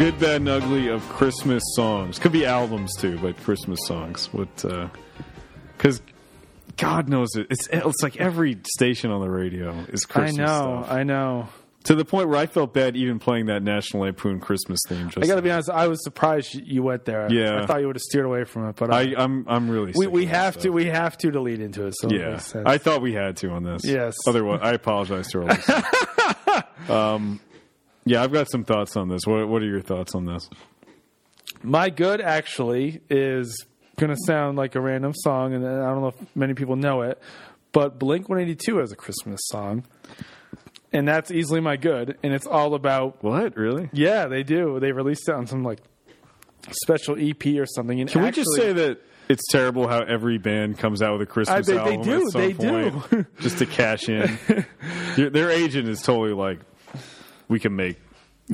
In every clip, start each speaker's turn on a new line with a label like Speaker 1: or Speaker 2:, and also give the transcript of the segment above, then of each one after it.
Speaker 1: Good, bad, and ugly of Christmas songs. Could be albums too, but Christmas songs. What? Because God knows it. It's it's like every station on the radio is
Speaker 2: I
Speaker 1: Christmas.
Speaker 2: know,
Speaker 1: stuff.
Speaker 2: I know.
Speaker 1: to the point where I felt bad even playing that National Lampoon Christmas theme. Just
Speaker 2: I got to be honest. I was surprised you- you went there.
Speaker 1: Yeah.
Speaker 2: I thought you would have steered away from it, but uh,
Speaker 1: I, I'm I'm really.
Speaker 2: we
Speaker 1: sick
Speaker 2: we
Speaker 1: of that
Speaker 2: have to
Speaker 1: stuff.
Speaker 2: we have to to lead into it. So it
Speaker 1: Yeah,
Speaker 2: makes sense.
Speaker 1: I thought we had to on this.
Speaker 2: Yes.
Speaker 1: Otherwise, I apologize to our listeners. um, yeah, I've got some thoughts on this. What What are your thoughts on this?
Speaker 2: My good actually is going to sound like a random song, and I don't know if many people know it, but Blink 182 has a Christmas song, and that's easily my good, and it's all about.
Speaker 1: What really?
Speaker 2: Yeah, they do. They released it on some like special EP or something. And
Speaker 1: Can we just
Speaker 2: actually-
Speaker 1: say that it's terrible how every band comes out with a Christmas
Speaker 2: I- they- they
Speaker 1: album
Speaker 2: do,
Speaker 1: at some
Speaker 2: they do.
Speaker 1: point just to cash in? Your- Their agent is totally like, we can make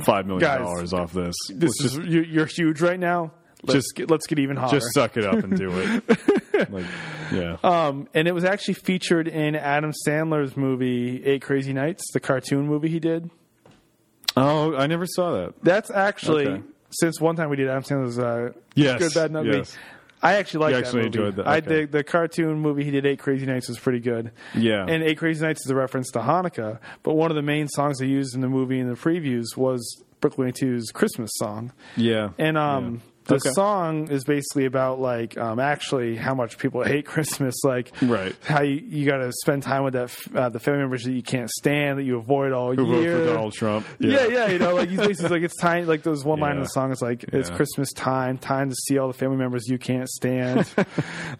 Speaker 1: five million
Speaker 2: Guys,
Speaker 1: dollars off this.
Speaker 2: this
Speaker 1: Let's
Speaker 2: is
Speaker 1: just,
Speaker 2: you, you're huge right now. Let's
Speaker 1: Just-
Speaker 2: get, let's get even hotter.
Speaker 1: just suck it up and do it. like, yeah,
Speaker 2: um, and it was actually featured in Adam Sandler's movie Eight Crazy Nights, the cartoon movie he did.
Speaker 1: Oh, I never saw that.
Speaker 2: That's actually
Speaker 1: Okay.
Speaker 2: since one time we did Adam Sandler's uh,
Speaker 1: Yes,
Speaker 2: Good Bad and Ugly.
Speaker 1: yes.
Speaker 2: I actually like
Speaker 1: You
Speaker 2: that
Speaker 1: actually
Speaker 2: movie.
Speaker 1: enjoyed that,
Speaker 2: I
Speaker 1: okay.
Speaker 2: did the cartoon movie he did Eight Crazy Nights was pretty good.
Speaker 1: Yeah.
Speaker 2: and Eight Crazy Nights is a reference to Hanukkah. But one of the main songs they used in the movie in the previews was Brooklyn 2's Christmas song.
Speaker 1: Yeah,
Speaker 2: And um,
Speaker 1: Yeah.
Speaker 2: the
Speaker 1: Okay.
Speaker 2: song is basically about like um, actually how much people hate Christmas, like
Speaker 1: Right.
Speaker 2: how you, you got to spend time with that f- uh, the family members that you can't stand that you avoid all
Speaker 1: who voted
Speaker 2: year.
Speaker 1: for Donald Trump?
Speaker 2: Yeah. yeah, you know, like he's basically like it's time. Like there's one line in
Speaker 1: Yeah.
Speaker 2: the song. It's like it's
Speaker 1: Yeah.
Speaker 2: Christmas time, time to see all the family members you can't stand.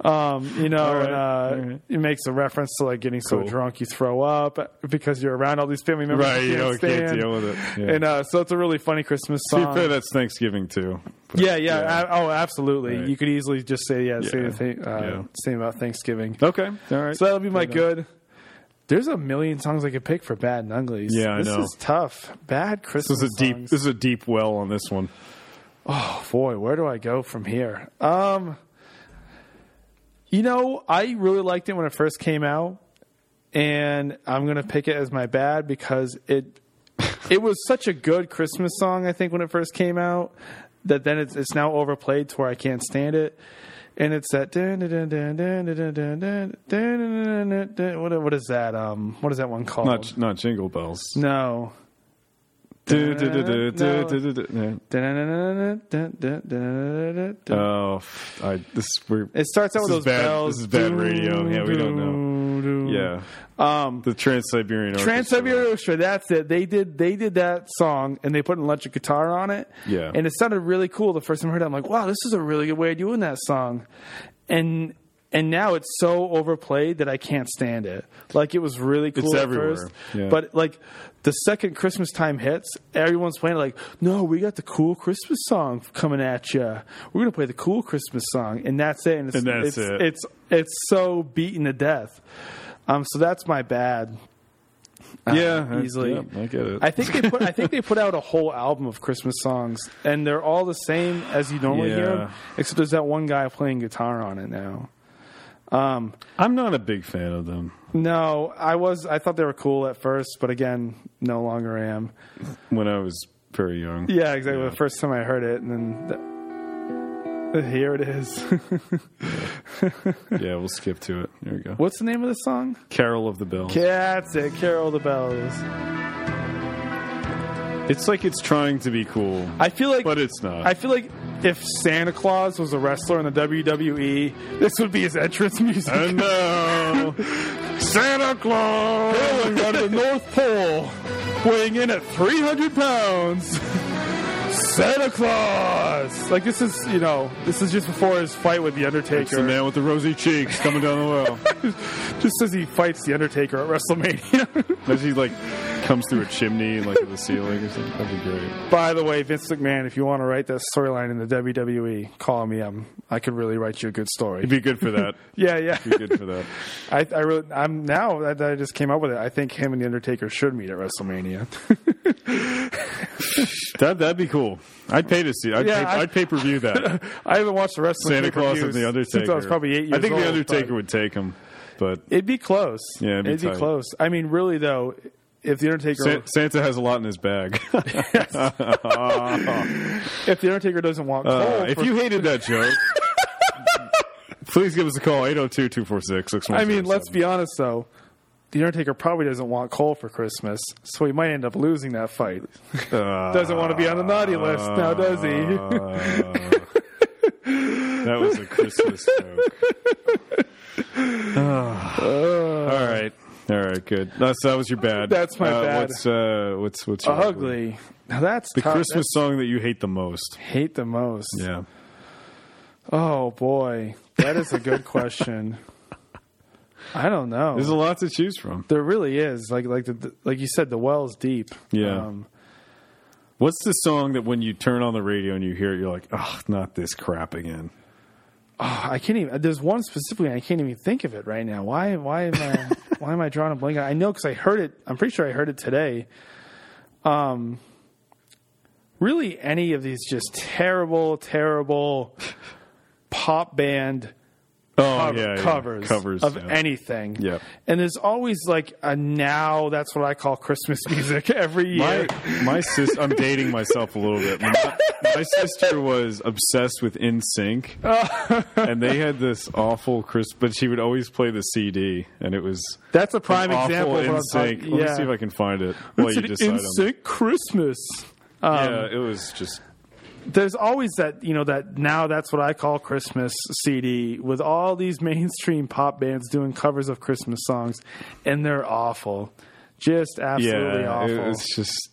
Speaker 2: um, you know,
Speaker 1: right,
Speaker 2: and, uh, it makes a reference to like getting so
Speaker 1: Cool.
Speaker 2: drunk you throw up because you're around all these family members
Speaker 1: Right,
Speaker 2: you
Speaker 1: you
Speaker 2: can't
Speaker 1: know, can't
Speaker 2: stand.
Speaker 1: deal with it. Yeah.
Speaker 2: And uh, so it's a really funny Christmas
Speaker 1: To be
Speaker 2: song.
Speaker 1: fair, that's Thanksgiving too. But-
Speaker 2: yeah, yeah, a- oh, absolutely.
Speaker 1: Right.
Speaker 2: You could easily just say yeah, the
Speaker 1: Yeah.
Speaker 2: same thing, uh,
Speaker 1: Yeah.
Speaker 2: same about Thanksgiving.
Speaker 1: Okay. All right.
Speaker 2: So that'll be my good. There's a million songs I could pick for bad and uglies.
Speaker 1: Yeah, I
Speaker 2: this
Speaker 1: know.
Speaker 2: is tough. Bad Christmas.
Speaker 1: this is a deep.
Speaker 2: songs.
Speaker 1: This is a deep well on this one.
Speaker 2: boy, where do I go from here? Um, you know, I really liked it when it first came out, and I'm gonna pick it as my bad because it it was such a good Christmas song. I think when it first came out, that then it's it's now overplayed to where I can't stand it. And it's that dun, dun, dun, dun, dun, dun, dun, dun, dun, dun, dun, dun, dun. what what is that um what is that one called?
Speaker 1: Not not jingle bells.
Speaker 2: no.
Speaker 1: Do, do, do, do, do, do, do, do.
Speaker 2: Dun, dun, dun, dun, dun, dun, dun, dun, dun.
Speaker 1: Oh, f- I, this we're
Speaker 2: It starts out
Speaker 1: This
Speaker 2: with
Speaker 1: is
Speaker 2: those
Speaker 1: bad-
Speaker 2: bells.
Speaker 1: this is bad radio. Yeah, we don't know.
Speaker 2: Doo, doo.
Speaker 1: yeah. Um, the Trans Siberian Orchestra.
Speaker 2: Trans Siberian Orchestra. That's it. They did. They did that song, and they put an electric guitar on it.
Speaker 1: Yeah.
Speaker 2: and it sounded really cool the first time I heard it. I'm like, wow, this is a really good way of doing that song, and and now it's so overplayed that I can't stand it. Like it was really cool
Speaker 1: It's
Speaker 2: at
Speaker 1: everywhere.
Speaker 2: first,
Speaker 1: Yeah.
Speaker 2: but like the second Christmas time hits, everyone's playing it like, no, we got the cool Christmas song coming at you. We're gonna play the cool Christmas song, and that's it. And it's
Speaker 1: And that's
Speaker 2: it's,
Speaker 1: it.
Speaker 2: it's it's so beaten to death. Um, so that's my bad.
Speaker 1: Yeah, I-
Speaker 2: Ah, easily.
Speaker 1: yeah, I get it.
Speaker 2: I think they put I think they put out a whole album of Christmas songs, and they're all the same as you normally hear 'em,
Speaker 1: Yeah.
Speaker 2: except there's that one guy playing guitar on it now.
Speaker 1: I'm not a big fan of them.
Speaker 2: No, I was I thought they were cool at first, but again, no longer am.
Speaker 1: When I was very young.
Speaker 2: Yeah, exactly. The first time I heard it, and then th- here it is.
Speaker 1: Yeah, we'll skip to it. There we go.
Speaker 2: What's the name of the song?
Speaker 1: Carol of the Bells.
Speaker 2: That's it. Carol the Bells.
Speaker 1: it's like it's trying to be cool,
Speaker 2: I feel like
Speaker 1: but it's not.
Speaker 2: I feel like if Santa Claus was a wrestler in the WWE, this would be his entrance music.
Speaker 1: and now, Santa Claus
Speaker 2: going on the North Pole, weighing in at 300 pounds. Santa Claus! Like, this is, you know, this is just before his fight with The
Speaker 1: It's the
Speaker 2: Undertaker.
Speaker 1: man with the rosy cheeks coming down the well.
Speaker 2: Just as he fights The Undertaker at WrestleMania.
Speaker 1: As he like comes through a chimney and like to the ceiling or something. That'd be great.
Speaker 2: By the way, Vince McMahon, if you want to write that storyline in the WWE, call me. Um, I could really write you a good
Speaker 1: It'd
Speaker 2: story.
Speaker 1: be good for that.
Speaker 2: Yeah, yeah.
Speaker 1: Be good for that.
Speaker 2: I, I really, I'm now that I just came up with it. I think him and the Undertaker should meet at WrestleMania.
Speaker 1: That that'd be cool. I'd pay to see. I'd
Speaker 2: Yeah,
Speaker 1: pay,
Speaker 2: I-
Speaker 1: I'd pay per view that
Speaker 2: I haven't watched the wrestling
Speaker 1: Santa Claus and
Speaker 2: pay-per-views
Speaker 1: the Undertaker.
Speaker 2: since I was probably eight years old.
Speaker 1: I think the
Speaker 2: but
Speaker 1: Undertaker would take him, but
Speaker 2: It'd be close.
Speaker 1: Yeah, it'd be tight.
Speaker 2: close. I mean, really though, if the Undertaker
Speaker 1: San- Santa has a lot in his bag.
Speaker 2: if the Undertaker doesn't want coal,
Speaker 1: Uh, if
Speaker 2: Oh, for-
Speaker 1: you hated that joke, please give us a call 802 246
Speaker 2: I mean, let's be honest though, the Undertaker probably doesn't want coal for Christmas, so he might end up losing that fight.
Speaker 1: Ah.
Speaker 2: Doesn't want to be on the naughty list
Speaker 1: Uh,
Speaker 2: now, does he?
Speaker 1: That was a Christmas joke. Ah. all right. All right, good. No, so that was your bad.
Speaker 2: That's my
Speaker 1: uh,
Speaker 2: bad.
Speaker 1: What's uh, what's what's your
Speaker 2: Ugly. Now that's
Speaker 1: The Christmas song that you hate the most.
Speaker 2: hate the most.
Speaker 1: Yeah.
Speaker 2: Oh boy, that is a good question. I don't know.
Speaker 1: There's a lot to choose from.
Speaker 2: there really is like like the like you said the well's deep. Um,
Speaker 1: Yeah. What's the song that when you turn on the radio and you hear it, you're like, oh, not this crap again?
Speaker 2: I can't even. There's one specifically, and I can't even think of it right now. Why? Why am I? why am I drawing a blank? on- I know because I heard it. I'm pretty sure I heard it today. Um, really, any of these just terrible, terrible pop band
Speaker 1: Oh,
Speaker 2: cover-
Speaker 1: yeah, yeah.
Speaker 2: covers,
Speaker 1: Covers.
Speaker 2: of
Speaker 1: yeah.
Speaker 2: anything.
Speaker 1: Yep.
Speaker 2: And there's always like a now. That's what I call Christmas music every year.
Speaker 1: My, my sister, I'm dating myself a little bit. My, my sister was obsessed with In Sync, and they had this awful Chris, but she would always play the CD, and it was
Speaker 2: that's a prime
Speaker 1: awful
Speaker 2: example. of what
Speaker 1: In
Speaker 2: I'm talking-
Speaker 1: Sync. Let me see if I can find it. Um, While
Speaker 2: It's
Speaker 1: you
Speaker 2: an
Speaker 1: decide on that.
Speaker 2: NSYNC Christmas.
Speaker 1: Yeah, it was just
Speaker 2: there's always that you know that now that's what I call Christmas CD with all these mainstream pop bands doing covers of Christmas songs, and they're awful, just absolutely
Speaker 1: yeah,
Speaker 2: awful.
Speaker 1: it- it's just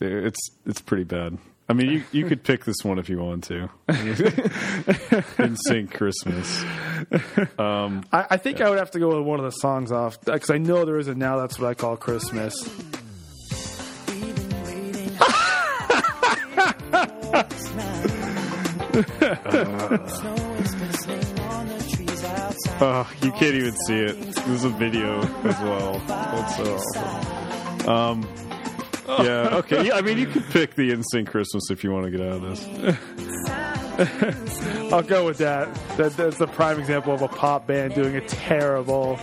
Speaker 1: it's it's pretty bad. I mean, you you could pick this one if you want to. In Sync Christmas.
Speaker 2: I, I think I would have to go with one of the songs off because I know there is a now that's what I call Christmas.
Speaker 1: Oh, you can't even see it. There's a video as well. That's so awful. Um, yeah, okay. Yeah, I mean, you could pick the In Sync Christmas if you want to get out of this.
Speaker 2: I'll go with that. that that's the prime example of a pop band doing a terrible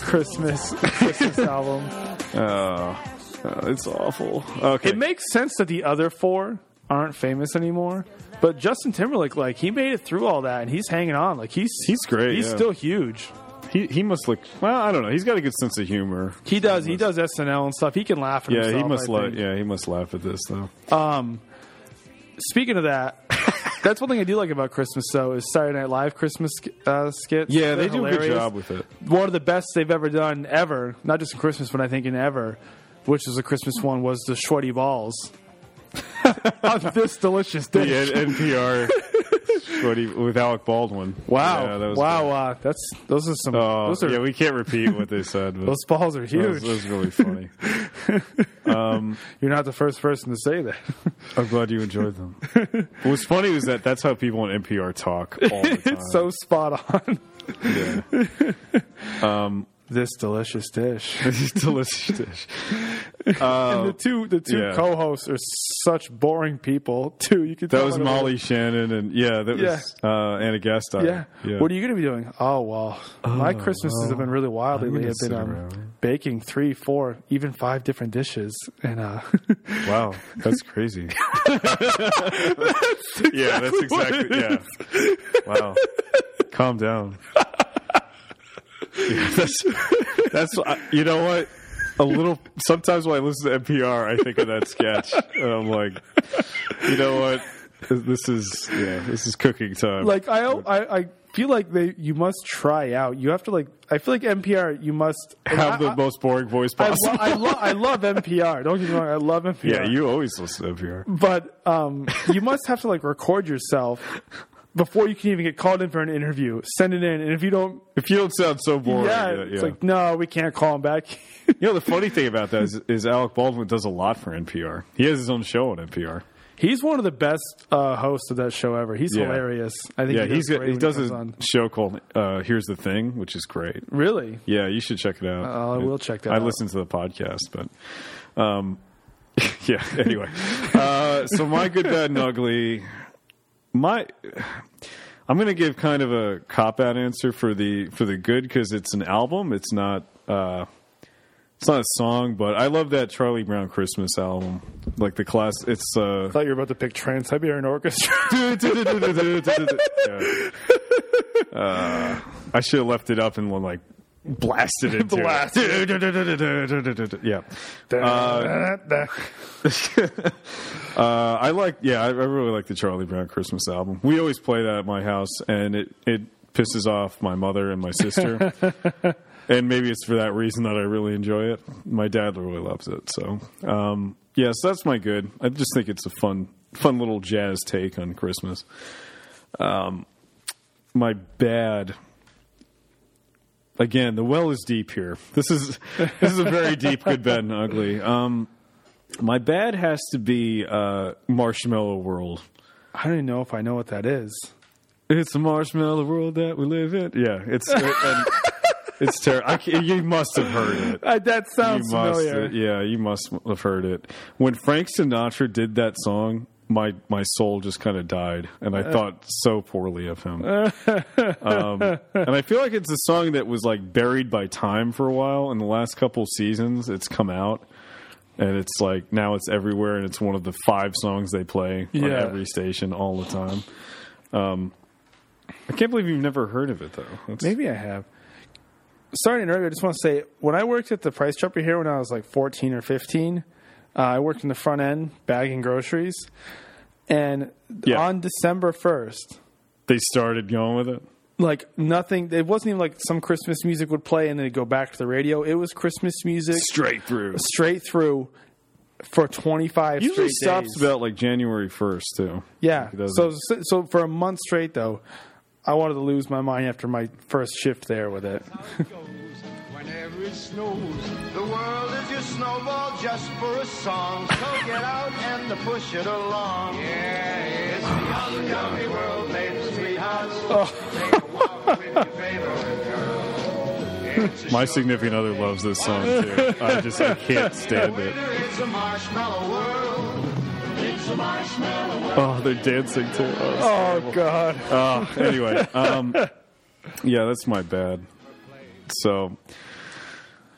Speaker 2: Christmas Christmas album.
Speaker 1: Uh, it's awful. Okay.
Speaker 2: It makes sense that the other four aren't famous anymore. But Justin Timberlake, like he made it through all that, and he's hanging on. Like he's
Speaker 1: He's great,
Speaker 2: He's
Speaker 1: yeah.
Speaker 2: still huge.
Speaker 1: he, he must look, well, I don't know. He's got a good sense of humor.
Speaker 2: He does. He does SNL and stuff. He can laugh at
Speaker 1: Yeah,
Speaker 2: himself.
Speaker 1: he must
Speaker 2: I
Speaker 1: laugh.
Speaker 2: think.
Speaker 1: Yeah, he must laugh at this though.
Speaker 2: Speaking of that, that's one thing I do like about Christmas though is Saturday Night Live Christmas uh, skits.
Speaker 1: Yeah, they
Speaker 2: They're
Speaker 1: do a good
Speaker 2: hilarious.
Speaker 1: job with it.
Speaker 2: One of the best they've ever done ever, not just in Christmas, but I think in ever, which was a Christmas one, was the Shorty Balls. on this delicious dish.
Speaker 1: Yeah, at NPR. Shorty with Alec Baldwin.
Speaker 2: Wow!
Speaker 1: Yeah, that was
Speaker 2: wow!
Speaker 1: great.
Speaker 2: Uh, that's those are some.
Speaker 1: Oh,
Speaker 2: those are
Speaker 1: yeah, we can't repeat what they said. But
Speaker 2: Those balls are
Speaker 1: that,
Speaker 2: huge.
Speaker 1: was, that was really funny.
Speaker 2: You're not the first person to say that.
Speaker 1: I'm glad you enjoyed them. What's funny is that that's how people on NPR talk all the time.
Speaker 2: it's so spot on.
Speaker 1: Yeah.
Speaker 2: This delicious dish.
Speaker 1: It's a delicious dish.
Speaker 2: and the two the two
Speaker 1: Oh, yeah.
Speaker 2: co-hosts are such boring people too. You could
Speaker 1: That
Speaker 2: tell
Speaker 1: was
Speaker 2: by the
Speaker 1: Molly
Speaker 2: way-
Speaker 1: Shannon and yeah, that was uh, Anna Gasteyer.
Speaker 2: Yeah. What are you going to be doing? Oh well, my Christmases have been really wild
Speaker 1: I'm
Speaker 2: lately.
Speaker 1: gonna
Speaker 2: I've been
Speaker 1: sit
Speaker 2: um,
Speaker 1: around.
Speaker 2: baking three, four, even five different dishes, and uh,
Speaker 1: Wow, that's crazy. yeah, that's exactly. Yeah. Wow. Calm down. Yeah, that's that's I- you know what. A little. Sometimes when I listen to NPR, I think of that sketch, and I'm like, you know what? This is yeah. This is cooking time.
Speaker 2: like I, I I feel like they you must try out. You have to like I feel like NPR. You must
Speaker 1: have the
Speaker 2: I,
Speaker 1: most boring voice
Speaker 2: I, I,
Speaker 1: possible.
Speaker 2: lo- I, lo- I love NPR. Don't get me wrong. I love NPR.
Speaker 1: yeah, you always listen to NPR.
Speaker 2: but um, you must have to like record yourself before you can even get called in for an interview. Send it in, and if you don't,
Speaker 1: If you don't sound so boring,
Speaker 2: yeah,
Speaker 1: yeah,
Speaker 2: it's
Speaker 1: yeah.
Speaker 2: like no, we can't call him back.
Speaker 1: You know, the funny thing about that is, is Alec Baldwin does a lot for NPR. He has his own show on NPR.
Speaker 2: he's one of the best uh, hosts of that show ever. He's
Speaker 1: Yeah.
Speaker 2: hilarious. I think
Speaker 1: Yeah,
Speaker 2: he
Speaker 1: he's
Speaker 2: does
Speaker 1: got,
Speaker 2: great
Speaker 1: he
Speaker 2: when
Speaker 1: does
Speaker 2: comes
Speaker 1: a
Speaker 2: on.
Speaker 1: show called uh, "Here's the Thing," which is great.
Speaker 2: really.
Speaker 1: Yeah, you should check it out.
Speaker 2: Uh, I will check that
Speaker 1: I
Speaker 2: out.
Speaker 1: listen to the podcast, but um, yeah. Anyway, uh, so my good, bad, and ugly. My, I'm going to give kind of a cop out answer for the for the good because it's an album. It's not. Uh, It's not a song, but I love that Charlie Brown Christmas album. Like the class, it's uh,
Speaker 2: I thought you were about to pick Trans Siberian Orchestra.
Speaker 1: yeah. Uh, I should have left it up and like blasted it. Blasted. yeah. Uh, I like, yeah, I, I really like the Charlie Brown Christmas album. We always play that at my house, and it it pisses off my mother and my sister. and maybe it's for that reason that I really enjoy it. My dad really loves it, so um, yes, that's my good. I just think it's a fun fun little jazz take on Christmas. Um, my bad. Again, the well is deep here. This is this is a very deep good, bad, and ugly. Um, my bad has to be uh, Marshmallow World.
Speaker 2: I don't even know if I know what that is.
Speaker 1: It's a marshmallow world that we live in. Yeah, it's it, and it's terrible. You must have heard it.
Speaker 2: Uh, that
Speaker 1: You
Speaker 2: sounds
Speaker 1: must,
Speaker 2: familiar.
Speaker 1: yeah, you must have heard it. When Frank Sinatra did that song, my my soul just kind of died, and
Speaker 2: Uh.
Speaker 1: I thought so poorly of him. um, and I feel like it's a song that was like buried by time for a while. In the last couple seasons, it's come out, and it's like now it's everywhere, and it's one of the five songs they play on
Speaker 2: Yeah.
Speaker 1: every station all the time. Um, I can't believe you've never heard of it though. That's-
Speaker 2: Maybe I have. Sorry to interrupt. you, I just want to say when I worked at the Price Chopper here when I was like 14 or 15, uh, I worked in the front end bagging groceries, and
Speaker 1: Yeah.
Speaker 2: on December 1st,
Speaker 1: they started going with it.
Speaker 2: like nothing. It wasn't even like some Christmas music would play and then it'd go back to the radio. It was Christmas music
Speaker 1: Straight through.
Speaker 2: straight through for 25
Speaker 1: usually
Speaker 2: straight
Speaker 1: stops
Speaker 2: days.
Speaker 1: about like January first too.
Speaker 2: Yeah.
Speaker 1: It doesn't.
Speaker 2: So so for a month straight though, I wanted to lose my mind after my first shift there with it.
Speaker 3: Whenever it snows, the world is your snowball just for a song. So get out and push it along. Yeah, it's the unjolly world, babe, sweethearts. Take a walk with your favorite girl. It's a
Speaker 1: My
Speaker 3: short
Speaker 1: significant other loves this song too. I just I can't stand it.
Speaker 3: winter, It's a marshmallow world. It's a marshmallow world.
Speaker 1: Oh, they're dancing too. Oh,
Speaker 2: Oh god.
Speaker 1: oh, anyway, um, yeah, that's my bad. So,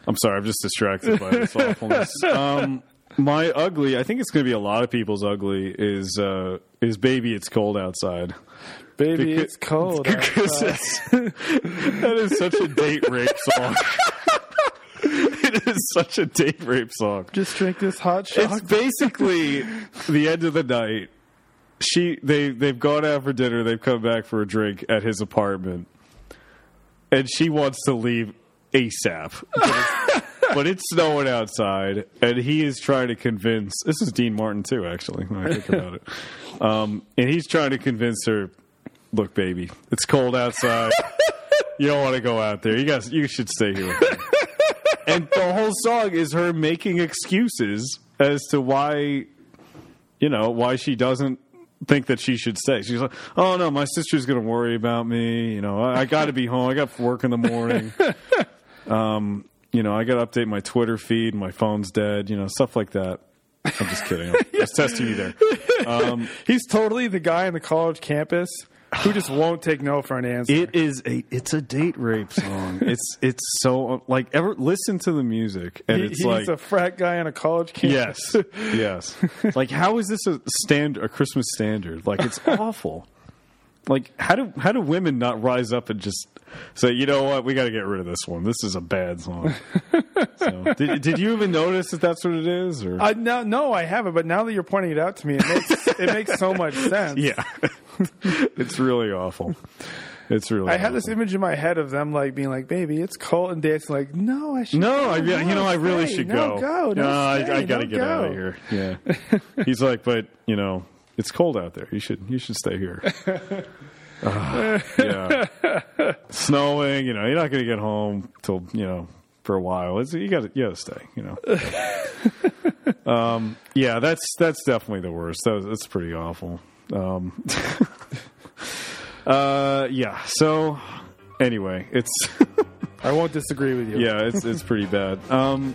Speaker 1: I'm sorry. I'm just distracted by this awfulness. Um, my ugly. I think it's going to be a lot of people's ugly. Is uh, is baby? It's cold outside.
Speaker 2: Baby,
Speaker 1: Because-
Speaker 2: it's cold.
Speaker 1: Because that's- that is such a date rape song. it is such a date rape song.
Speaker 2: Just drink this hot
Speaker 1: It's
Speaker 2: chocolate.
Speaker 1: basically the end of the night. She they they've gone out for dinner. They've come back for a drink at his apartment, and she wants to leave ASAP. But it's- But it's snowing outside, and he is trying to convince. This is Dean Martin too, actually. When I think about it, um, and he's trying to convince her. Look, baby, it's cold outside. you don't want to go out there. You guys, you should stay here. with me." and the whole song is her making excuses as to why you know why she doesn't think that she should stay she's like oh no my sister's gonna worry about me you know i, I gotta be home i got work in the morning um you know i gotta update my twitter feed my phone's dead you know stuff like that i'm just kidding i was testing you there
Speaker 2: He's totally the guy on the college campus who just won't take no for an answer.
Speaker 1: It is a it's a date rape song. it's it's so like ever listen to the music and
Speaker 2: He-
Speaker 1: it's
Speaker 2: he's
Speaker 1: like
Speaker 2: a frat guy on a college campus.
Speaker 1: Yes, yes. like, how is this a stand a Christmas standard? Like, it's awful. Like, how do how do women not rise up and just say, you know what, we got to get rid of this one. This is a bad song. so, did, did you even notice that that's what it is? Or
Speaker 2: I, no, no, I haven't. But now that you're pointing it out to me, it makes it makes so much sense.
Speaker 1: yeah, it's really awful. It's really.
Speaker 2: I had this
Speaker 1: awful.
Speaker 2: image in my head of them like being like, "Baby, it's cold," and dancing like, "No, I should."
Speaker 1: No, I,
Speaker 2: no,
Speaker 1: you know, I really
Speaker 2: stay.
Speaker 1: should
Speaker 2: No,
Speaker 1: go.
Speaker 2: go. No,
Speaker 1: I,
Speaker 2: stay.
Speaker 1: I gotta
Speaker 2: No,
Speaker 1: get out of
Speaker 2: go.
Speaker 1: here. Yeah, he's like, but you know, it's cold out there. You should, you should stay here. Ah, yeah, snowing. You know, you're not gonna get home till you know for a while. It's, you got to, you gotta stay. You know. um, yeah, that's that's definitely the worst. That was, that's pretty awful. Um, uh, yeah. So, anyway, it's.
Speaker 2: I won't disagree with you.
Speaker 1: Yeah, it's it's pretty bad. Um,